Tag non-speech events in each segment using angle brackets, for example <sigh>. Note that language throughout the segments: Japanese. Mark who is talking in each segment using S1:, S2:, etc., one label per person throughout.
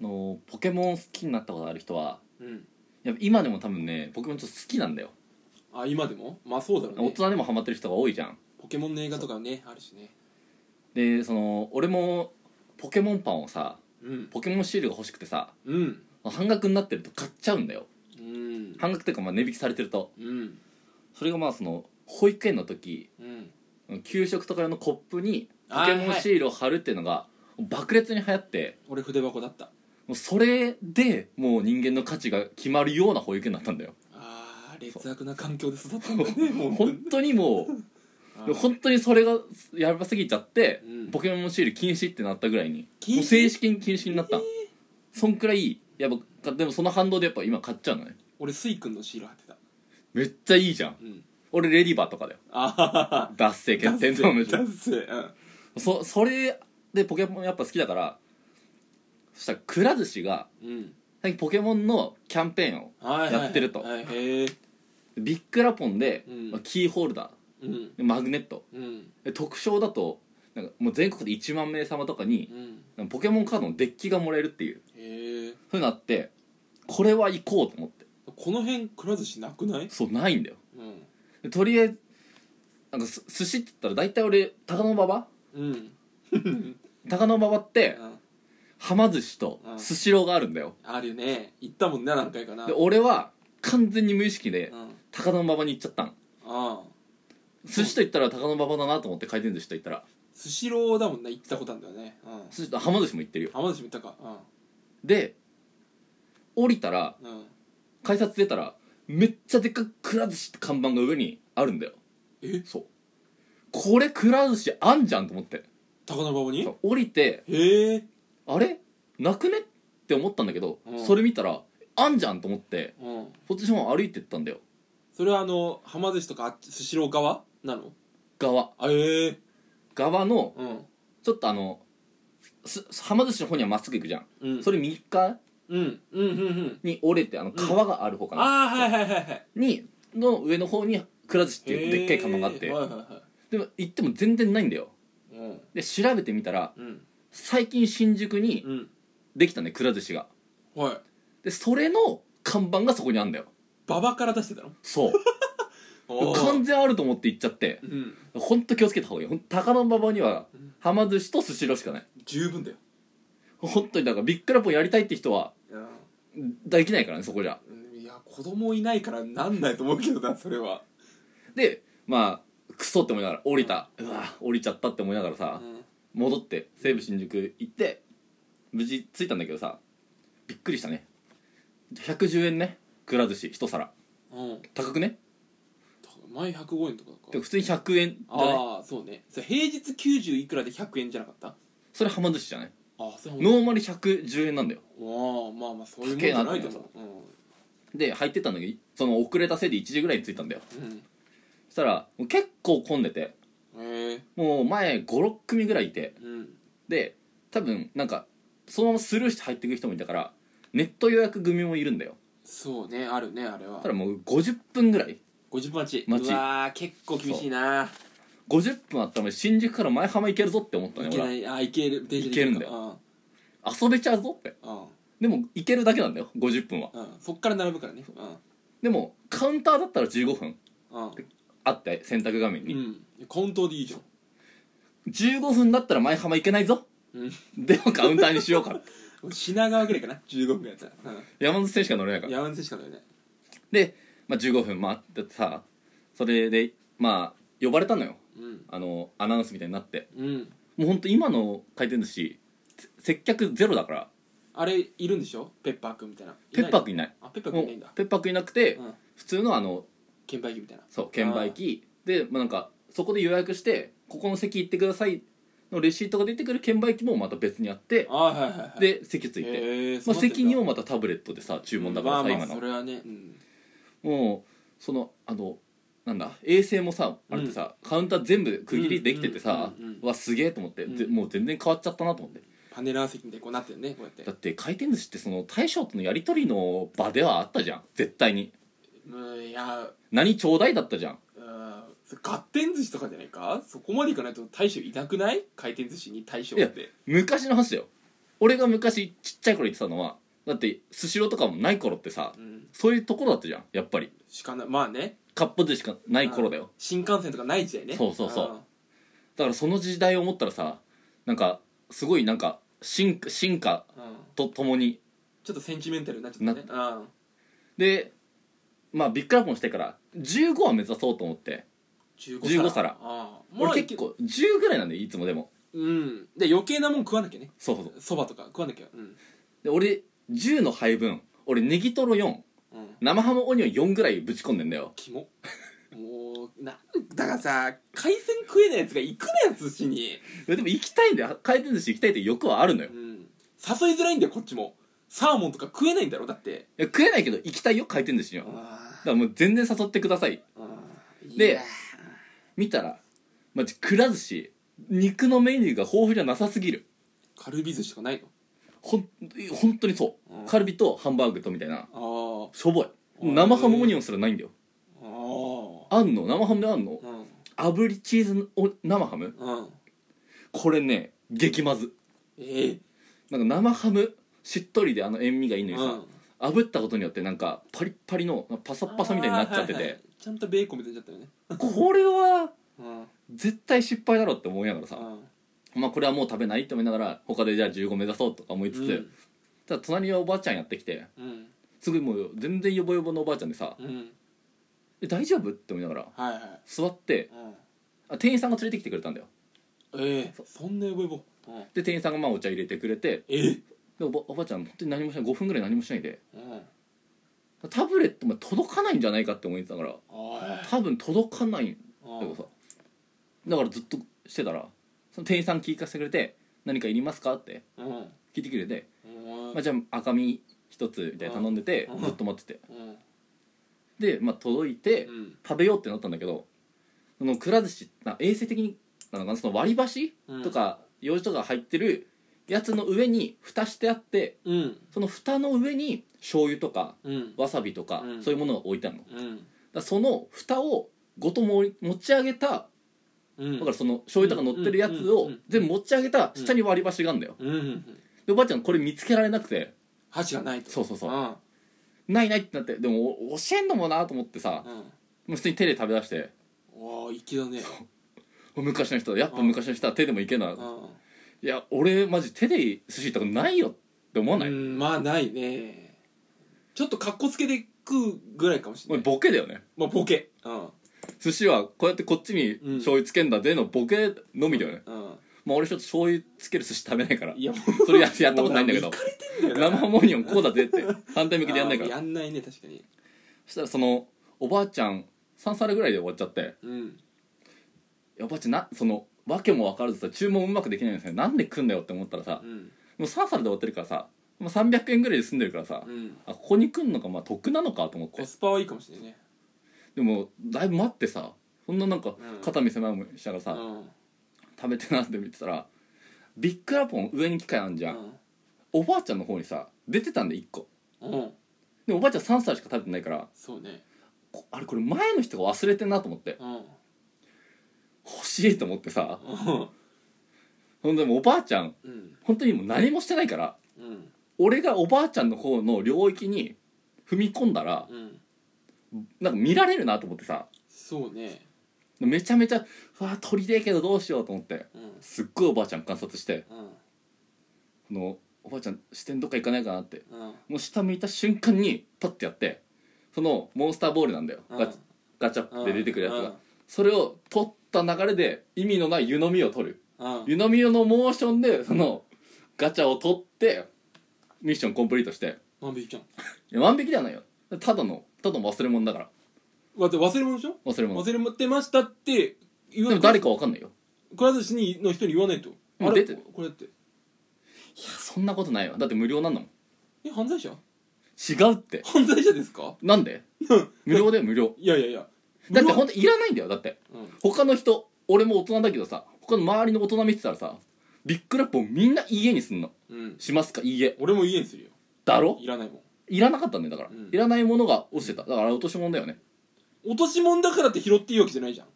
S1: のポケモン好きになったことある人は
S2: うん
S1: やっぱ今でも多分ねポケモンちょっと好きなんだよ、
S2: あ今でもまあそうだろう
S1: 大
S2: ね
S1: 人でもハマってる人が多いじゃん
S2: ポケモンの映画とかねあるしね
S1: でその俺もポケモンパンをさ
S2: うん
S1: ポケモンシールが欲しくてさ
S2: うん
S1: 半額になってると買っちゃうんだよ
S2: うん
S1: 半額っていうかまあ値引きされてると
S2: うん
S1: それがまあその保育園の時
S2: うん
S1: 給食とかのコップにポ
S2: あー
S1: ケモンシールを貼るっていうのが爆裂に流行って
S2: 俺筆箱だった
S1: もうそれでもう人間の価値が決まるような保育園だったんだよ
S2: あー劣悪な環境で育ったんだねもう
S1: 本当にも
S2: あ
S1: う
S2: ー
S1: 本当にそれがやばすぎちゃって、
S2: うん
S1: ポケモンシール禁止ってなったぐらいに
S2: 禁止
S1: もう正式に禁止になった、そんくらいやっぱでもその反動でやっぱ今買っちゃうのね
S2: 俺スイ君のシール貼ってた
S1: めっちゃいいじゃん
S2: うん
S1: 俺レディバーとかだよ
S2: あははは
S1: 脱製決定トーナメント
S2: ダッセーうん
S1: そそれでポケモンやっぱ好きだからそしたらくら寿司が
S2: うん
S1: 最近ポケモンのキャンペーンを
S2: はいはい
S1: やってると
S2: はいへえ
S1: ビッグラポンで、
S2: うん
S1: まあキーホルダ
S2: うん
S1: ーでマグネット
S2: うん
S1: で特賞だとなんかもう全国で1万名様とかに
S2: うん
S1: なんかポケモンカードのデッキがもらえるっていう
S2: へえ
S1: ふうになってこれは行こうと思って
S2: この辺くら寿司なくない
S1: そうないんだよ
S2: うん
S1: でとりあえずなんかす寿司って言ったら大体俺高野馬場
S2: うん
S1: 高野馬場って
S2: うん
S1: はま寿司と
S2: うん
S1: スシローがあるんだよ
S2: あるよね行ったもんね何回かな
S1: で
S2: うん
S1: 俺は完全に無意識で
S2: あ
S1: 高野馬場に行っちゃったの
S2: あ
S1: 寿司と言ったら高野馬場だなと思って回転寿司と言ったら
S2: スシローだもんね行ったことあるんだよねうん
S1: 寿司とはま寿司も行ってるよ
S2: 浜田市も行ったか
S1: で降りたら
S2: うんうん
S1: 改札出たらめっちゃでっかくくら寿司って看板が上にあるんだよ
S2: え
S1: そうこれくら寿司あんじゃんと思って
S2: 高野馬場に
S1: そう降りて
S2: へえ
S1: あれなくねって思ったんだけど、
S2: うん
S1: それ見たらあんじゃんと思って
S2: うん
S1: こっちの方歩いてったんだよ
S2: それはあのはま寿司とかあっちスシロー側なの
S1: 側
S2: あへえ
S1: 側の
S2: うん
S1: ちょっとあのすはま寿司の方にはまっすぐ行くじゃん、
S2: うん
S1: それ右側
S2: うんうんうんうん
S1: に折れてあの川がある方かな、
S2: ああはいはいはいはい
S1: にの上の方にくら寿司っていうでっかい看板があって、
S2: へーはいは
S1: でも行っても全然ないんだよ
S2: いはいうん
S1: で調べてみたら
S2: うん
S1: 最近新宿に
S2: うん
S1: できたねくら寿司が
S2: はい
S1: でそれの看板がそこにあんだよ
S2: 馬場から出してたの
S1: そう
S2: おー
S1: 完全あると思って行っちゃって
S2: うん
S1: ほんと気をつけた方がいいほんと高野馬場にははま寿司とスシローしかない
S2: 十分だよ
S1: 本当にだからビッグラポンやりたいって人はできないからねそこじゃ
S2: うんいや子供いないからなんないと思うけどなそれは
S1: でまあクソって思いながら降りたうわ降りちゃったって思いながらさ、
S2: うん
S1: 戻って西武新宿行って無事着いたんだけどさびっくりしたね110円ねくら寿司一皿
S2: うん
S1: 高くね
S2: 前105円とか
S1: で
S2: だか
S1: も普通に100円だね
S2: ああそうねそれ平日90いくらで100円じゃなかったあ
S1: それはま寿司じゃない
S2: あそう
S1: ノーマル110円なんだよ
S2: ああまあまあそういうもんじゃないと思
S1: で入ってったんだけどその遅れたせいで1時ぐらいに着いたんだよ
S2: ううん
S1: そしたらもう結構混んでて
S2: うんへえ
S1: もう前56組ぐらいいて
S2: うん
S1: で多分なんかそのままスルーして入ってくる人もいたからネット予約組もいるんだよ
S2: そうねあるねあれは
S1: ただもう50分ぐらい
S2: 50分待ち
S1: 待ち
S2: うわー結構厳しいな
S1: 50分あったのに新宿から前浜行けるぞって思ったね
S2: いけ
S1: 俺は
S2: ないあいける出
S1: いけるんだ
S2: よ
S1: 遊べちゃうぞって
S2: うん
S1: でも行けるだけなんだよ50分は
S2: うんうんそっから並ぶからねうん
S1: でもカウンターだったら15分
S2: うん
S1: あって選択画面
S2: う
S1: に、
S2: んコントでいいじゃん
S1: 15分だったら前浜行けないぞ
S2: うん
S1: でもカウンターにしようか <laughs>
S2: 品川ぐらいかな15分やったらう
S1: 山手線しか乗れないか
S2: ん
S1: ら
S2: 山手線しかないね
S1: で、まあ、15分待っててさそれでまあ呼ばれたのよ
S2: うん
S1: あのアナウンスみたいになって
S2: うん
S1: もうほんと今の回転寿司せ接客ゼロだから
S2: あれいるんでしょペッパーくんみたいな
S1: ペッパー
S2: くん
S1: くんいない
S2: あペッパーくんいないん
S1: も
S2: だ
S1: うペッパーくんいなくて、
S2: うん
S1: 普通のあの
S2: 券売機みたいな
S1: そう券売機で、まあ、なんかそこで予約してここの席行ってくださいのレシートが出てくる券売機もまた別にあって
S2: ああはいはいはい
S1: で席ついて、
S2: へえ
S1: まあ、席に
S2: を
S1: をまたタブレットでさ注文だからさ、
S2: まあまあ
S1: 今
S2: そ
S1: の
S2: れはねうん
S1: もうそのあのなんだ衛星もさあれってさ、カウンター全部区切りできててさ、
S2: うんうんうん
S1: わすげえと思って、ぜ
S2: うん
S1: もう全然変わっちゃったなと思って
S2: パネラー席みたいにこうなってるねこうやって
S1: だって回転寿司ってその大将とのやり取りの場ではあったじゃん絶対に
S2: うんいや
S1: 何ちょうだいだったじゃん
S2: うんそれ合点寿司とかじゃないかそこまでいかないと大将いなくない回転寿司に大将っ
S1: いや
S2: て
S1: 昔の話だよ俺が昔ちっちゃい頃行ってたのはだってスシローとかもない頃ってさ、
S2: うん
S1: そういうところだったじゃんやっぱり
S2: しかないまあね
S1: かっぽ寿司しかない頃だよ
S2: 新幹線とかない時代ね
S1: そうそうそうだからその時代を思ったらさなんかすごいなんか進化進化
S2: うんうん
S1: とともに
S2: ちょっとセンチメンタルになっちゃったねうん
S1: でまあビッグアップもしてから15は目指そうと思って
S2: 15
S1: 15皿
S2: ああ
S1: 俺結構10ぐらいなんだよいつもでも
S2: うんで余計なもん食わなきゃね
S1: そうそうそう
S2: そばとか食わなきゃうん
S1: で俺10の配分俺ネギトロ4
S2: うん
S1: 生ハムオニオン4ぐらいぶち込んでんだよ
S2: キモもうなんだからさ海鮮食えないやつが行くなよ寿司に
S1: いやでも行きたいんだよ回転寿司行きたいって欲はあるのよ
S2: う
S1: い
S2: ん誘いづらいんだよこっちもサーモンとか食えないんだろだって
S1: や食えないけど行きたいよ回転寿司にはだからもう全然誘ってくださいで
S2: いや
S1: 見たらマジくら寿司肉のメニューが豊富じゃなさすぎる
S2: カルビ寿司とかない
S1: ほん本当にそう、
S2: うん
S1: カルビとハンバーグとみたいな
S2: の
S1: しょぼい
S2: うん
S1: 生ハムオニオンすらないんだよ
S2: ああ
S1: あんの生ハムであんの
S2: ああうん
S1: 炙りチーズお生ハム
S2: うん
S1: これね激まず
S2: ええ
S1: なんか生ハムしっとりであの塩味がいいのに
S2: う
S1: さ、
S2: ん
S1: 炙ったことによってなんかパリッパリのパサッパサみたいになっちゃってて、
S2: あーはいはいちゃんとベーコンみたいになっちゃったよね
S1: これは
S2: うん
S1: 絶対失敗だろって思いながらさ、
S2: うん
S1: まあこれはもう食べないって思いながら他でじゃあ15目指そうとか思いつつ、ただ隣におばあちゃんやってきて
S2: うん
S1: すごいもう全然ヨボヨボのおばあちゃんでさ
S2: うんうん
S1: 「え大丈夫?」って思いながら
S2: はいはい
S1: 座って
S2: うん
S1: あ店員さんが連れてきてくれたんだよ
S2: ええそんな呼べぼうん
S1: で店員さんがまあお茶入れてくれて
S2: ええ
S1: でおばおばあちゃん本当に何もしない5分ぐらい何もしないで
S2: うん
S1: タブレットまで届かないんじゃないかって思ってたから
S2: おい
S1: 多分届かないんだけど
S2: うん
S1: さだからずっとしてたらその店員さん聞かせてくれて「何かいりますか?」って
S2: うん
S1: 聞いてくれて
S2: うん
S1: まあ、じゃあ赤身一つみたいな頼んでて
S2: うん
S1: ずっと待ってて
S2: うん
S1: で、まあ、届いて
S2: うん
S1: 食べようってなったんだけどそのくら寿司な衛生的になのかなその割り箸
S2: うん
S1: とか用紙とか入ってるやつの上に蓋してあって
S2: うん
S1: その蓋の上に醤油とか
S2: うん
S1: わさびとか
S2: うん
S1: そういうものが置いてあるのだか
S2: うん
S1: らその蓋をごとも持ち上げた
S2: うん
S1: だからその醤油とか乗ってるやつを全部持ち上げた下に割り箸があるんだよ
S2: うんうん
S1: でおばあちゃんこれ見つけられなくて
S2: 箸がないと
S1: そうそうそう
S2: うん
S1: ないないってなってでもお教えんのもなと思ってさ
S2: うん
S1: もう普通に手で食べ出して
S2: おお粋だね
S1: 昔の人やっぱ昔の人は手でもいけないういや俺マジ手で寿司行ったことないよって思わ
S2: ん
S1: ない、
S2: うんまあないねちょっとカッコつけて食うぐらいかもし
S1: お
S2: れ
S1: い
S2: ない
S1: ボケだよね
S2: まあボケうん
S1: 寿司はこうやってこっちに
S2: うん
S1: 醤油つけんだでのボケのみだよね、
S2: うん
S1: まあ俺ちょっと醤油つける寿司食べないから
S2: いやも
S1: それややったことないんだけど
S2: も
S1: 生ハムオニオンこうだぜって反対向きでやんないか
S2: あー
S1: ら
S2: やんないね確かに
S1: そしたらそのおばあちゃん3皿ぐらいで終わっちゃって
S2: うん
S1: いやおばあちゃんなその訳も分からずさ注文うまくできないんですねなんで来んだよって思ったらさ、
S2: うん
S1: もう3皿で終わってるからさもう300円ぐらいで済んでるからさ、
S2: うん
S1: あここに来んのかまあ得なのかと思っ
S2: コ
S1: て
S2: スパはいいかもしれないね
S1: でもだいぶ待ってさそんななんか
S2: うん
S1: 肩身狭い思いしながら
S2: う
S1: さ、
S2: ん
S1: 食べてなって見てたらビッグラポン上に機械あんじ
S2: う
S1: ゃん、
S2: ん
S1: おばあちゃんの方にさ出てたんで1個
S2: うん
S1: でおばあちゃん3皿しか食べてないから
S2: そうね
S1: こあれこれ前の人が忘れてんなと思って
S2: うんうん
S1: 欲しいと思ってさほんでもうおばあちゃん
S2: うん
S1: 本当にもう何もしてないから
S2: うん
S1: 俺がおばあちゃんの方の領域に踏み込んだら
S2: うん
S1: なんか見られるなと思ってさ
S2: そうね
S1: めちゃめちゃ「うわ鳥でえけどどうしよう」と思って
S2: うん
S1: すっごいおばあちゃん観察して
S2: うん
S1: このおばあちゃん視点どっか行かないかなって
S2: うん
S1: もう下向いた瞬間にパッてやってそのモンスターボールなんだよ、ガチガチャって出てくるやつが、それを取った流れで意味のない湯飲みを取る
S2: うんうん
S1: 湯飲みのモーションでそのガチャを取ってミッションコンプリートして
S2: 万引きじゃん
S1: いや万引きではないよただのただの忘れ物だから
S2: 待って忘れ物でしょ
S1: 忘れ物
S2: 忘れ物ってましたって言
S1: でも誰かわかんないよ
S2: くら寿司にの人に言わないと
S1: うん
S2: あれ
S1: 出て
S2: これって
S1: いやそんなことないわだって無料なんだもん
S2: え犯罪者
S1: 違うって
S2: 犯罪者ですか
S1: なんで無料だよ無料
S2: いやいやいや
S1: だって
S2: 無料
S1: 本当いらないんだよだって
S2: うん
S1: 他の人俺も大人だけどさ他の周りの大人見てたらさビッグラップをみんな家にすんの
S2: うん
S1: しますか家
S2: 俺も家にするよ
S1: だろ
S2: いらないもん
S1: いらなかったんだよだから、
S2: うん
S1: いらないものが落ちてただから落とし物だよね
S2: 落とし物だからって拾っていいわけじゃないじゃん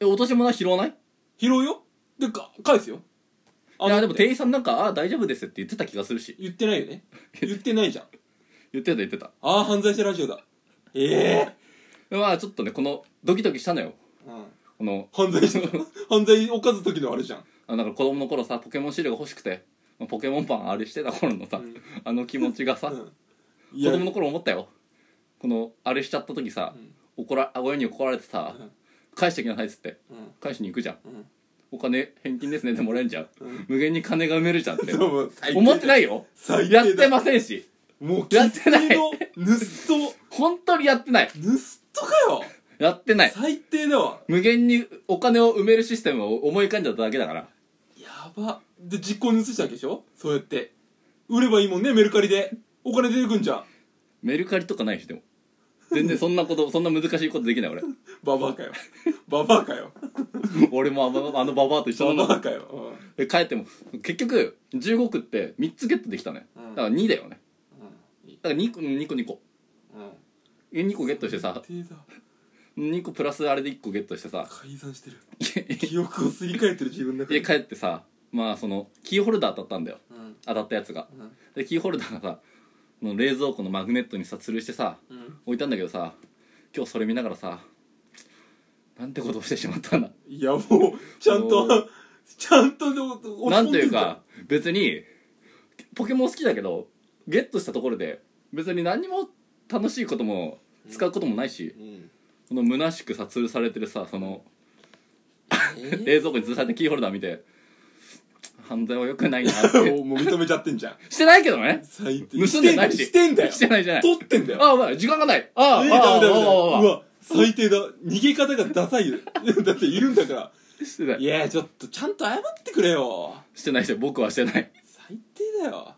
S1: え落とし物は拾わない
S2: 拾うよでか返すよあ
S1: いやでも店員さんなんか「ああー大丈夫です」って言ってた気がするし
S2: 言ってないよね言ってないじゃん
S1: 言ってた言ってた
S2: ああ犯罪者ラジオだええ
S1: まあちょっとねこのドキドキしたのよ
S2: うん
S1: この
S2: 犯罪
S1: <laughs>
S2: 者犯罪犯す時のあれじゃん
S1: あなんか子供の頃さポケモン資料が欲しくてまあポケモンパンあれしてた頃のさ、
S2: うん
S1: あの気持ちがさ、
S2: うんい
S1: 子
S2: や
S1: 供の頃思ったよこのあれしちゃった時さ、怒ら親に怒られてさ、
S2: うん
S1: 返してきなさいっつって
S2: うん
S1: 返しに行くじゃん
S2: うん
S1: お金返金ですねでもらえんじゃん、
S2: うん
S1: 無限に金が埋めるじゃんって
S2: そうもう最低だ
S1: 思ってないよ
S2: 最低だ
S1: やってませんし
S2: もう
S1: やってない
S2: 生粋の盗っ
S1: 本当にやってない
S2: 人盗っ人かよ
S1: やってない
S2: 最低だわ
S1: 無限にお金を埋めるシステムを思い浮かんじゃっただけだから
S2: やばで実行に移したわけでしょそうやって売ればいいもんねメルカリでお金出てくんじゃん
S1: メルカリとかないしでも全然そんなことそんな難しいことできない俺
S2: ババアかよババアかよ
S1: <laughs> 俺もあのあのババアと一緒
S2: バ
S1: なの
S2: バアかよ
S1: で帰っても結局15区って3つゲットできたね
S2: うん
S1: だから2だよね
S2: うん
S1: だから2個2個2個
S2: うんうん
S1: 2個ゲットしてさ
S2: 最低だ
S1: 2個プラスあれで1個ゲットしてさ
S2: 改ざんしてる記憶をすり替えてる自分だから
S1: 家帰ってさまあそのキーホルダー当たったんだよ
S2: うん
S1: 当たったやつが
S2: うん
S1: でキーホルダーがさこの冷蔵庫のマグネットにさ吊るしてさ
S2: うん
S1: 置いたんだけどさ今日それ見ながらさなんてことをしてしまったんだ
S2: いやもうちゃん
S1: も
S2: とちゃんとでも落ち込んでんじゃ
S1: なんというか別にポケモン好きだけどゲットしたところで別に何も楽しいことも使うこともないし、
S2: うん
S1: この虚しくさ吊るされてるさその
S2: え
S1: <laughs> 冷蔵庫に吊るされたキーホルダー見て犯罪はよくないなって
S2: <laughs> もうもう認めちゃってんじゃん
S1: してないけどね
S2: 最低
S1: 盗んでないし
S2: してんだよ
S1: してないじゃない
S2: 取ってんだよ
S1: ああお前時間がないああ、
S2: えー、
S1: ああ
S2: ダメダメダメ
S1: ああああ
S2: うわ最低だ逃げ方がダサいよ <laughs> だっているんだから
S1: してない
S2: いやちょっとちゃんと謝ってくれよ
S1: してないして僕はしてない
S2: 最低だよ